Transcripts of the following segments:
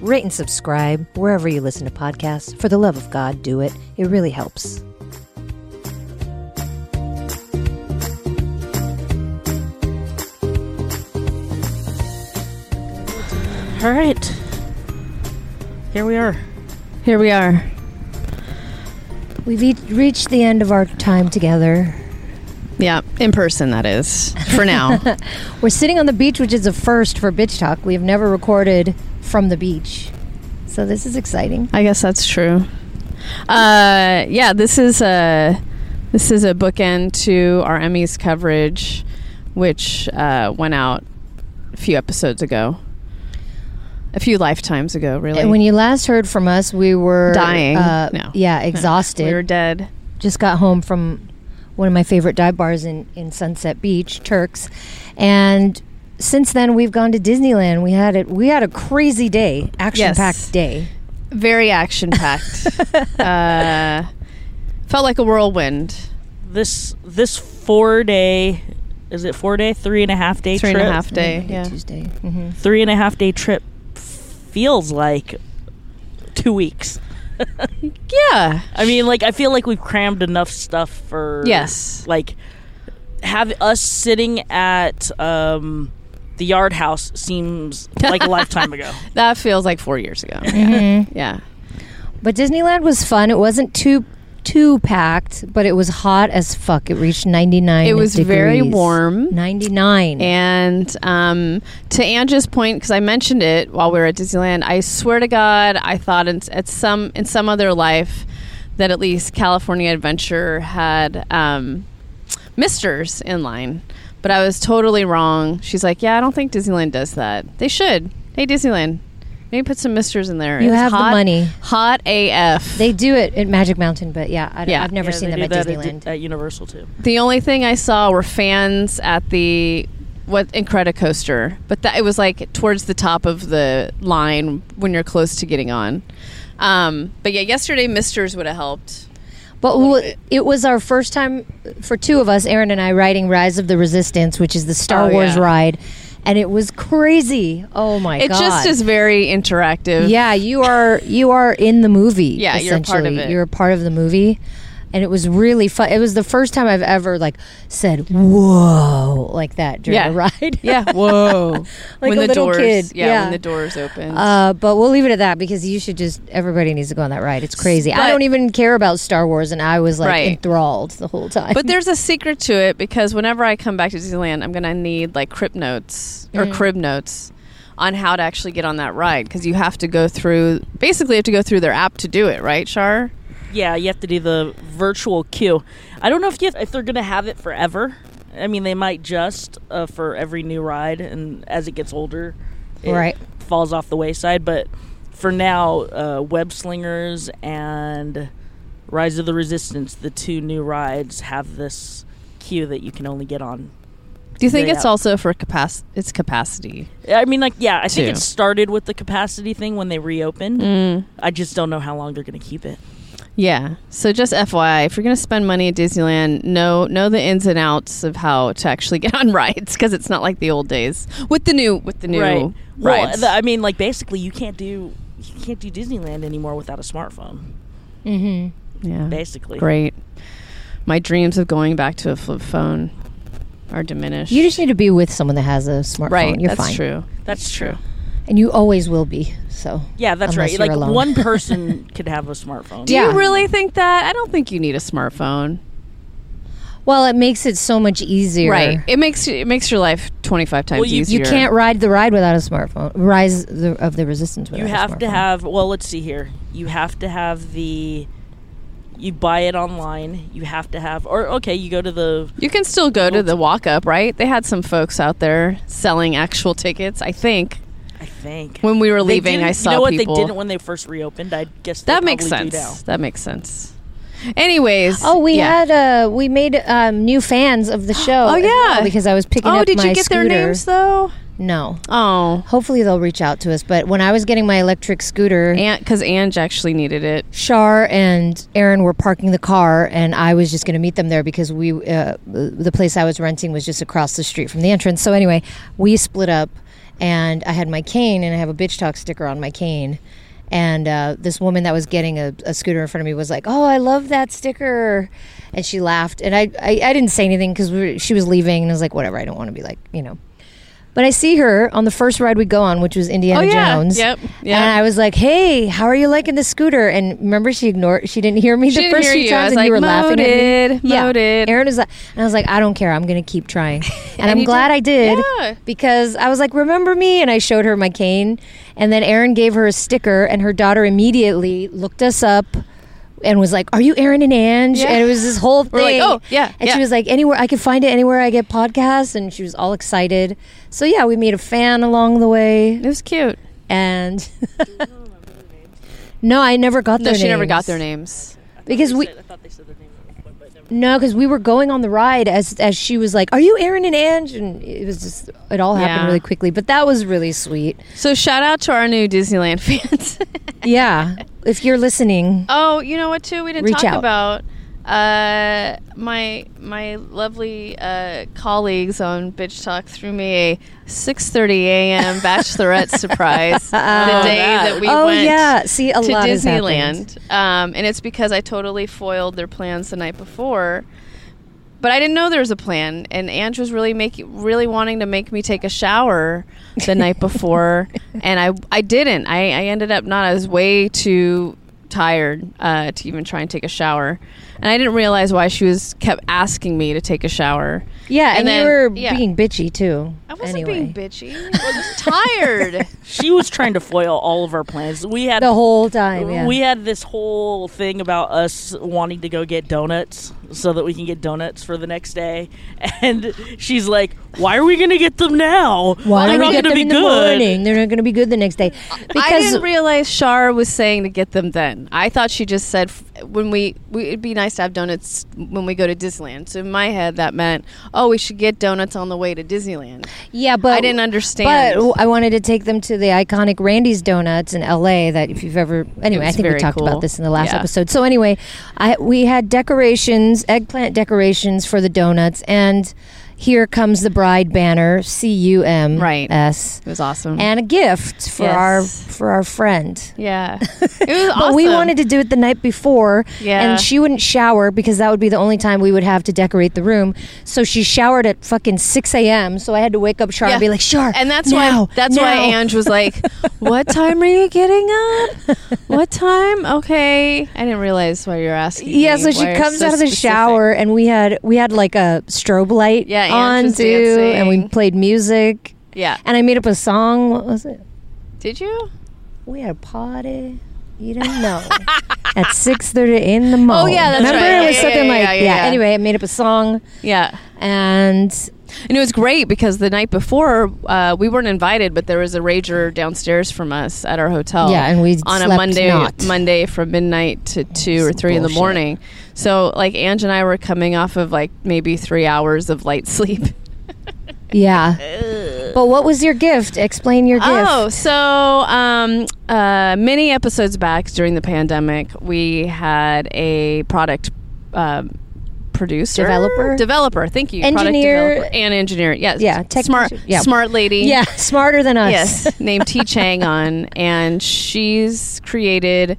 rate and subscribe wherever you listen to podcasts. For the love of God, do it. It really helps. All right. Here we are. Here we are. We've each reached the end of our time together. Yeah, in person that is. For now. We're sitting on the beach, which is a first for Bitch Talk. We have never recorded from the beach. So this is exciting. I guess that's true. Uh, yeah, this is a this is a bookend to our Emmys coverage, which uh, went out a few episodes ago, a few lifetimes ago, really. And when you last heard from us, we were Dying. uh, No. Yeah, we were exhausted. dead. Just got home from one of my favorite dive bars in, in Sunset Beach, Turks. And since then, we've gone to Disneyland. We had it. We had a crazy day, action packed Yes. day. Very action packed. uh, felt like a whirlwind. This this four day is it four day three and a half day Three and trip a half day. Monday, Yeah. Tuesday. hmm three and a half day trip feels like two weeks. Yeah. I mean, like I feel like we've crammed enough stuff for Yes. like have us sitting at um the yard house seems like a lifetime ago. That feels like four years ago. Yeah. yeah. But Disneyland was fun. It wasn't too too packed, but it was hot as fuck. It reached ninety nine. It was very warm. Ninety nine. And um, to Angie's point, because I mentioned it while we were at Disneyland, I swear to God, I thought in, at some in some other life that at least California Adventure had um, misters in line, but I was totally wrong. She's like, "Yeah, I don't think Disneyland does that. They should. Hey, Disneyland, maybe put some misters in there. You It's have the hot- money. Hot AF. They do it at Magic Mountain, but yeah, I, Yeah. have never Yeah, seen they them do at that Disneyland. At, at Universal too. The only thing I saw were fans at the what Incredicoaster, but that it was like towards the top of the line when you're close to getting on. Um, but yeah, yesterday misters would have helped. But w- it was our first time for two of us, Aaron and I, riding Rise of the Resistance, which is the Star Oh, Wars yeah. ride, and it was crazy. Oh my It god! just is very interactive. Yeah, you are you are in the movie. Yeah, you're a part of essentially. it. You're a part of the movie, and it was really fun. It was the first time I've ever like said "whoa" like that during Yeah. a ride. yeah. Whoa. Like when a the little doors, kid. Yeah, Yeah. When the doors open. Uh, but we'll leave it at that because you should just everybody needs to go on that ride. It's crazy. But- I don't even care about Star Wars, and I was like Right. enthralled the whole time. But there's a secret to it because whenever I come back to Disneyland, I'm going to need like crib notes or Mm. crib notes on how to actually get on that ride because you have to go through basically you have to go through their app to do it, right, Char? Yeah, you have to do the virtual queue. I don't know if you have, if they're gonna have it forever. I mean, they might just uh, for every new ride, and as it gets older, it Right. falls off the wayside. But for now, uh, Web Slingers and Rise of the Resistance, the two new rides, have this queue that you can only get on. Do you think Yeah. it's also for capac- its capacity? I mean, like, yeah, I think Two. it started with the capacity thing when they reopened. Mm. I just don't know how long they're gonna keep it. Yeah. So just FYI, if you're going to spend money at Disneyland, know know the ins and outs of how to actually get on rides because it's not like the old days with the new with the new right. Well, rides. the, I mean, like basically, you can't do you can't do Disneyland anymore without a smartphone. Mm-hmm. yeah. Basically, Great. My dreams of going back to a flip phone are diminished. you just need to be with someone that has a smartphone. right. You're that's fine, true. That's true. and you always will be. So Yeah, that's Unless right. you're Like alone. one person could have a smartphone. Do Yeah. you really think that? I don't think you need a smartphone. Well, it makes it so much easier. Right. It makes it makes your life twenty five times Well, you- you easier. You can't ride the ride without a smartphone. Rise the, of the Resistance without You a have to smartphone. have. Well, let's see here. You have to have the. You buy it online. You have to have, or okay, you go to the. You can still go to the walk up, right? They had some folks out there selling actual tickets. I think I think when we were They leaving, didn't- I saw You know what people. they didn't when they first reopened. I guess they that makes probably sense. Do now. That makes sense. Anyways. Oh, we yeah. had uh, we made um, new fans of the show. Oh, as yeah. well because I was picking Oh, up did my you get their scooter. names though? No, Oh, hopefully they'll reach out to us. But when I was getting my electric scooter, because Ange actually needed it. Shar and Aaron were parking the car, and I was just going to meet them there because we uh, the place I was renting was just across the street from the entrance. So anyway, we split up, and I had my cane, and I have a bitch talk sticker on my cane. And uh, this woman that was getting a, a scooter in front of me was like, "Oh, I love that sticker," and she laughed. And I I, I didn't say anything because we were- she was leaving, and I was like, "Whatever, I don't want to be like you know." But I see her on the first ride we go on, which was Indiana Oh, yeah. Jones. Yep. Yep. And I was like, "Hey, how are you liking the scooter?" And remember, she ignored. She didn't hear me She the didn't first hear few you. I times, was and like, you were laughing at "Moated, me. Yeah. moated." Aaron was like, and I was like, "I don't care. I'm gonna keep trying." And, And I'm you glad did. I did Yeah. because I was like, "Remember me?" And I showed her my cane, and then Aaron gave her a sticker, and her daughter immediately looked us up. And was like, "Are you Aaron and Ange?" Yeah. And it was this whole thing. We're like, "Oh, yeah, And yeah." she was like, "Anywhere I can find it, anywhere I get podcasts." And she was all excited. So yeah, we made a fan along the way It was cute. and no, I never got No, their she never got their names. names. because we I thought they said the name at one point, but never no because we were going on the ride as as she was like, "Are you Aaron and Ange?" And it was just it all happened Yeah. really quickly, but that was really sweet. So shout out to our new Disneyland fans. Yeah, if you're listening, oh, you know what? Too we didn't Reach talk out. about uh, my my lovely uh, colleagues on Bitch Talk threw me a 6:30 a.m. bachelorette surprise the day that- that we oh went. yeah, see a to lot has happened. Disneyland, um, and it's because I totally foiled their plans the night before. But I didn't know there was a plan, and Ange was really making, really wanting to make me take a shower the night before, and I, I didn't. I, I ended up not. I was way too tired uh, to even try and take a shower, and I didn't realize why she was kept asking me to take a shower. Yeah, and, And then- you were yeah. being bitchy too. I wasn't anyway. being bitchy. I was just tired. she was trying to foil all of our plans. We had the whole time. Yeah, we had this whole thing about us wanting to go get donuts so that we can get donuts for the next day, and she's like, "Why are we going to get them now? why They're do not we get them gonna be in the good." morning? They're not going to be good the next day I because didn't realize Shar was saying to get them then. I thought she just said f- when we, we it'd be nice to have donuts when we go to Disneyland. So in my head that meant oh we should get donuts on the way to Disneyland. Yeah, but I didn't understand. But I wanted to take them to the iconic Randy's Donuts in L.A. That if you've ever anyway, It I was think we very talked cool. about this in the last Yeah. episode. So anyway, I we had decorations, eggplant decorations for the donuts, and here comes the bride banner, C U M Right. S, It was awesome. and a gift for Yes. our for our friend. yeah, it was awesome. But we wanted to do it the night before, Yeah. and she wouldn't shower because that would be the only time we would have to decorate the room. So she showered at fucking six a.m. So I had to wake up Char Yeah. and be like, "Sure." and that's now, why that's why now." Ange was like, "What time are you getting up? What time? Okay, I didn't realize why you were asking." Yeah, me so she why you're comes so out of the specific. shower, and we had we had like a strobe light Yeah, Ange on was too, and we dancing. played music, Yeah, and I made up a song. What was it? did you? We had a party. You don't know. At six thirty in the morning. Oh, yeah, that's Remember right. it was Yeah, something yeah, like yeah, yeah, yeah. Anyway, I made up a song, Yeah. and And it was great because the night before uh, we weren't invited, but there was a rager downstairs from us at our hotel. Yeah, and we on a slept Monday not. Monday from midnight to two or Some three in the morning. bullshit. So like Ange and I were coming off of like maybe three hours of light sleep. yeah. but what was your gift? Explain your gift. Oh, so um, uh, many episodes back during the pandemic, we had a product um, producer, Developer? developer. Thank you, Product Engineer. developer and engineer. Yes, Yeah, tech- smart, yeah. smart lady. yeah, smarter than us. Yes, named T Chang on, and she's created,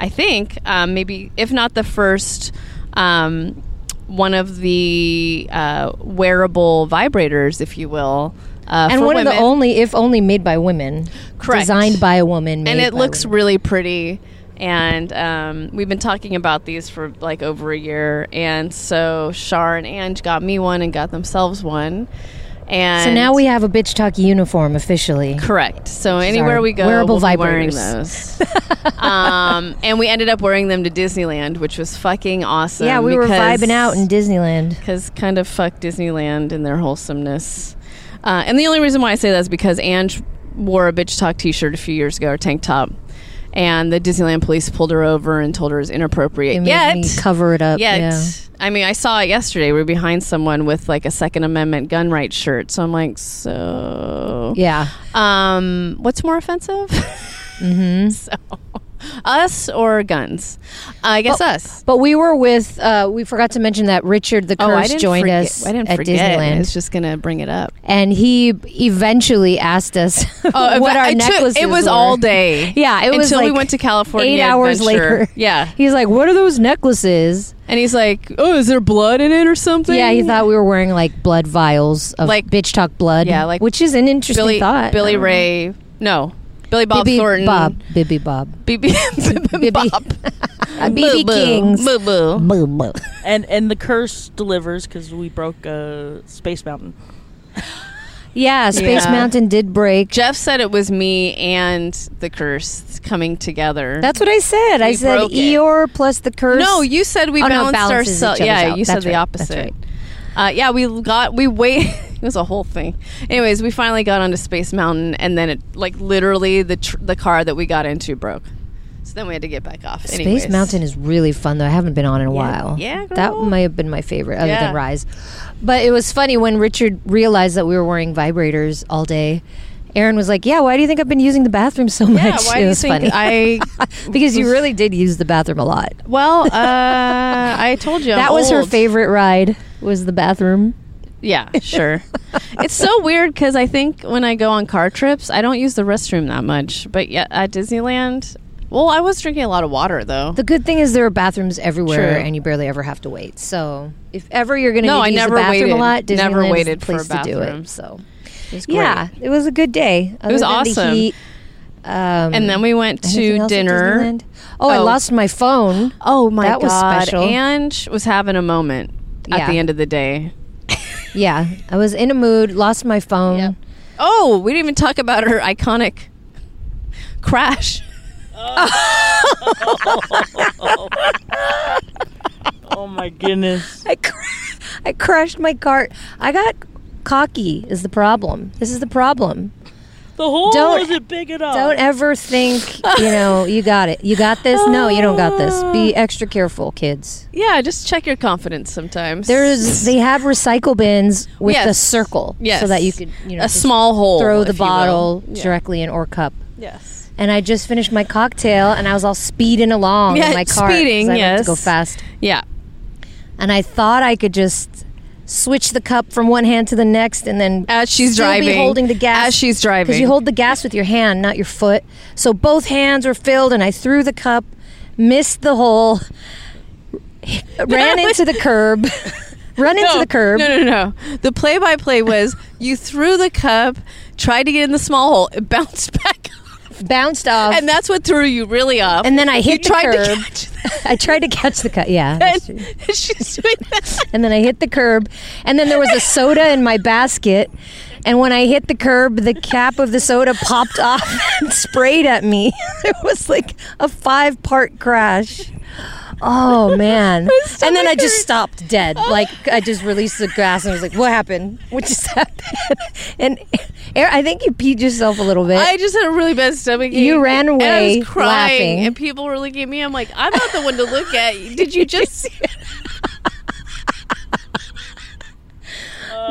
I think, um, maybe if not the first, um, one of the uh, wearable vibrators, if you will, uh, and for one of the women. only, if only, made by women. Correct. Designed by a woman. Made and it by looks women. really pretty. And um, we've been talking about these for like over a year, and so Shar and Ange got me one and got themselves one. And So now we have a bitch talk uniform officially. Correct. So is anywhere our we go, wearable we'll be wearing vibrators. those. um, and we ended up wearing them to Disneyland, which was fucking awesome. Yeah, we were vibing out in Disneyland. because 'cause kind of fuck Disneyland and their wholesomeness. Uh, and the only reason why I say that is because Ange wore a bitch talk T-shirt a few years ago, or tank top, and the Disneyland police pulled her over and told her it was They inappropriate. made Yet, me cover it up. yet, Yeah. I mean, I saw it yesterday. We were behind someone with like a Second Amendment gun rights shirt, so I'm like, so Yeah. um, what's more offensive? Mm-hmm. so, us or guns? I guess us. But we were with. Uh, we forgot to mention that Richard the Curse joined oh, forget- us I didn't at forget. I was Disneyland, just gonna bring it up. and he eventually asked us what Oh, I- our I took- necklaces. It was were. all day. Yeah, it was until we like went to California. eight hours Adventure. later. Yeah, He's like, "What are those necklaces?" and he's like, "Oh, is there blood in it or something?" Yeah, he thought we were wearing like blood vials of Like- bitch talk blood. Yeah, like which is an interesting Billy thought. Billy Ray. No, Billy Bob Bibby Thornton. Bob, Bibby Bob, Bibby Bibby- Bob. Uh, BB Boo-boo. Kings. Boo-boo. Boo, boo. and and the curse delivers because we broke uh, Space Mountain. Yeah, Space Yeah. Mountain did break. Jeff said it was me and the curse coming together. That's what I said. I We said broke it. Eeyore plus the curse. no, you said we Oh, no, balanced it balances each ourselves. other's Yeah, out. you said That's the right. That's opposite. Uh, yeah, we got we wait. it was a whole thing. Anyways, we finally got onto Space Mountain, and then it like literally the tr- the car that we got into broke. So then we had to get back off. Anyways. Space Mountain is really fun though. I haven't been on in a while. yeah, that girl. might have been my favorite, other Yeah. than Rise. But it was funny when Richard realized that we were wearing vibrators all day. Aaron was like, "Yeah, why do you think I've been using the bathroom so much?" Yeah, why it do you was think funny. I? because you really did use the bathroom a lot. Well, uh, I told you I'm that was her old. favorite ride. Was the bathroom? Yeah, sure. it's so weird because I think when I go on car trips, I don't use the restroom that much. But yet at Disneyland, well, I was drinking a lot of water though. The good thing is there are bathrooms everywhere, True. and you barely ever have to wait. So if ever you're going to No, I need to use the never bathroom a waited. lot, Disneyland Never is the waited for a place to do bathroom. it. So It was yeah, great. it was a good day. Other was than the awesome. heat, um, And then we went anything to else at dinner. Disneyland? Oh, I Oh. lost my phone. Oh my That was god! special. Ange was having a moment Yeah. at the end of the day. Yeah, I was in a mood. Lost my phone. Yep. Oh, we didn't even talk about her iconic crash. Oh my goodness! I cr- I crashed my cart. I got cocky. Is the problem? This is the problem. The hole Don't- wasn't big Oh. enough. Don't ever think you know you got it. You got this. No, you don't got this. Be extra careful, kids. Yeah, just check your confidence sometimes. There's they have recycle bins with a Yes. circle, Yes. so that you could you know a just small hole. throw the if you will. bottle Yeah. directly in or cup. Yes. And I just finished my cocktail, and I was all speeding along Yeah, in my car. speeding, I like yes. to go fast. Yeah. And I thought I could just switch the cup from one hand to the next, and then As she's still be driving. holding the gas As she's driving. because you hold the gas with your hand, not your foot. So both hands were filled, and I threw the cup, missed the hole, ran into the curb, run into the curb. No, no, no. The play by play was you threw the cup, tried to get in the small hole, it bounced back up. bounced off, And and, that's what threw you really off. then I hit you the tried curb. to catch I tried to catch the cup. Yeah. that's true. that. And she's doing that. and then I hit the curb, and then there was a soda in my basket. And when I hit the curb, the cap of the soda popped off and sprayed at me. It was like a five part crash. Oh man! so and then I just weird. Oh. stopped dead. Like I just released the gas and was like, "What happened? What just happened?" And Aaron, I think you peed yourself a little bit. I just had a really bad stomach. ache. You ran And I away was crying, laughing. and people were looking at me. I'm like, I'm not the one to look at. Did you just see? it?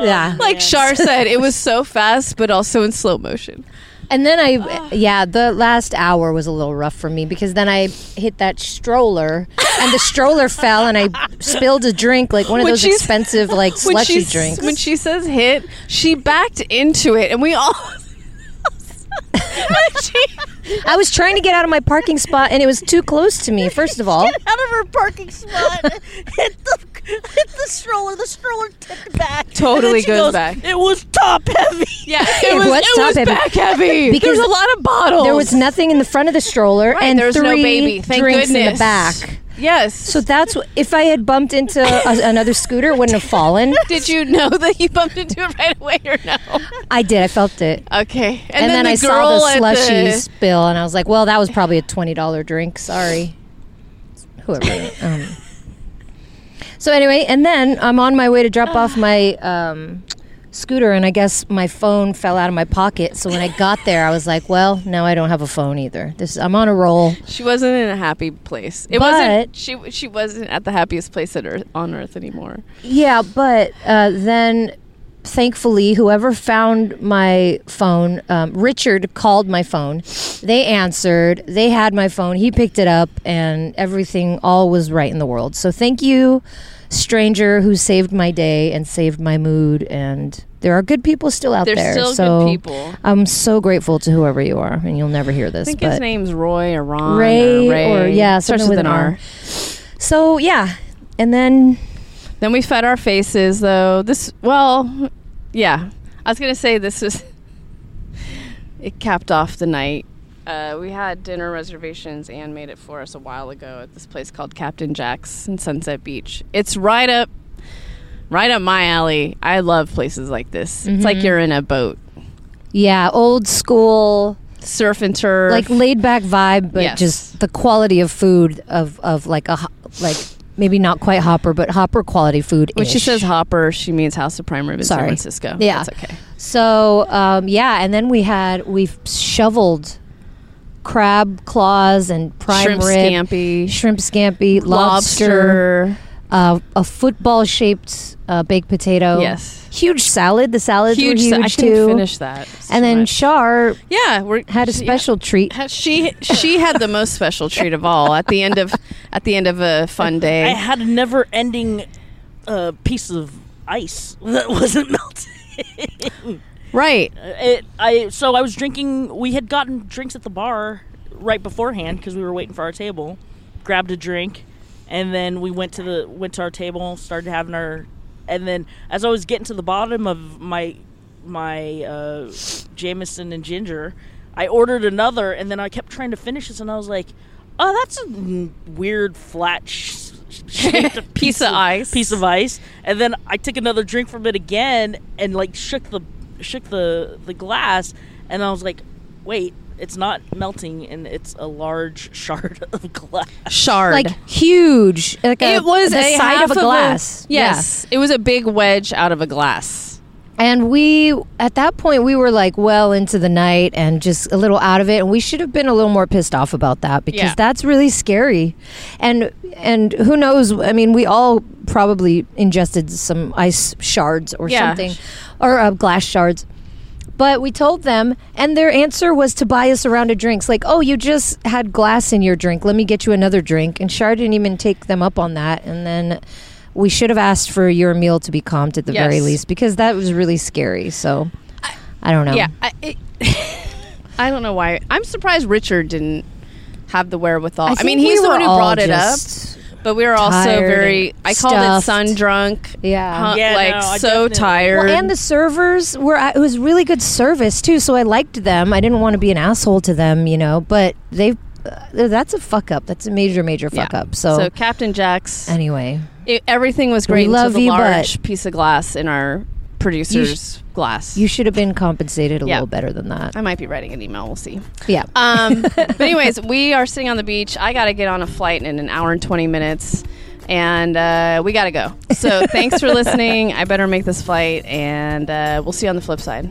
yeah. Like Shar said, it was so fast, but also in slow motion. And then I, Ah. yeah, the last hour was a little rough for me because then I hit that stroller, and the stroller fell, and I spilled a drink, like one of When those she's- expensive, like When she slushy s- drinks. When she says hit, she backed into it, and we all. And she- I was trying to get out of my parking spot, and it was too close to me. First of all, out of her parking spot, hit the hit the stroller. The stroller tipped back. totally She goes goes, back. It was top heavy. Yeah, it, It was, was it top was heavy. back heavy. Because Because there was a lot of bottles. there was nothing in the front of the stroller, Right, and there was three no baby. Thank drinks goodness. in the back. Yes. So that's what, if I had bumped into a, another scooter, it wouldn't have fallen. did you know that you bumped into it right away or no? I did. I felt it. Okay. And, and, then, the I saw girl the at slushy spill, and I was like, "Well, that was probably a twenty dollar drink. Sorry, whoever." Um. So anyway, and then I'm on my way to drop off my um, scooter, and I guess my phone fell out of my pocket. So when I got there, I was like, "Well, now I don't have a phone either. This I'm on a roll." She wasn't in a happy place. It But- wasn't. She she wasn't at the happiest place at earth, on Earth anymore. Yeah, but uh, then thankfully, whoever found my phone, um, Richard called my phone. They answered. They had my phone. He picked it up, and everything all was right in the world. So thank you, stranger who saved my day and saved my mood. And there are good people still out There's there. still so good people. I'm so grateful to whoever you are, and you'll never hear I this. think but his name's Roy or Ron Ray or Ray or- yeah, starts with something an with an R. so yeah, and then Then we fed our faces though. This well, yeah. I was gonna say this was. It capped off the night. Uh, we had dinner reservations and made it for us a while ago at this place called Captain Jack's in Sunset Beach. It's right up, right up my alley. I love places like this. It's Mm-hmm. like you're in a boat, yeah, old school. surf and turf. like laid back vibe, but Yes. just the quality of food of of like a ho- like maybe not quite hopper, but hopper quality food. when she says Hopper, she means House of Prime Rib in San Sorry. Francisco. Yeah. that's okay. So um, yeah, and then we had we shoveled crab claws and prime Shrimp rib, scampi, shrimp scampi, lobster, lobster. uh, a football shaped uh, baked potato. Yes. huge salad. The salads Huge. were huge I too. couldn't finish that. It was and too then much. Char yeah, we're, had a she- special treat. ha- She she had the most special treat of all at the end of at the end of a fun I day. had a never-ending uh, piece of ice that wasn't melting. Right. It, I so I was drinking. We had gotten drinks at the bar right beforehand because we were waiting for our table. Grabbed a drink, and then we went to the went to our table. Started having our, and then as I was getting to the bottom of my my uh, Jameson and ginger, I ordered another, and then I kept trying to finish this, and I was like, "Oh, that's a n- weird flat." Sh- shaped piece, Piece of ice. piece of ice and then i took another drink from it again and like shook the shook the the glass and i was like wait it's not melting and it's a large shard of glass Shard. Like huge, like a, it was the a side half of a glass. Yeah. yes, it was a big wedge out of a glass. And we, at that point, we were like well into the night and just a little out of it. And we should have been a little more pissed off about that because Yeah. that's really scary. And and who knows? I mean, we all probably ingested some ice shards or Yeah. something, or uh, glass shards. But we told them, and their answer was to buy us a round of drinks. Like, oh, you just had glass in your drink. Let me get you another drink. And Shar didn't even take them up on that. And then we should have asked for your meal to be comped at the very Yes. least because that was really scary. So I don't know. Yeah. I, it, I don't know why. I'm surprised Richard didn't have the wherewithal. I, think mean, he's we the were one who all brought it up. just- But we were also tired very. and I called it stuffed. sun drunk. Yeah. Huh, Yeah, like no, I so definitely- tired. Well, and the servers were it was really good service too, so I liked them. I didn't want to be an asshole to them, you know. But they, uh, that's a fuck up. That's a major, major fuck Yeah. up. So, Captain Jack's. anyway, it, everything was great. love until the you, large piece of glass in our producer's glass. you should have been compensated a Yeah. little better than that. I might be writing an email. We'll see. Yeah. Um, but anyways, we are sitting on the beach. I got to get on a flight in an hour and twenty minutes, and uh, we got to go. So thanks for listening. I better make this flight, and uh, we'll see you on the flip side.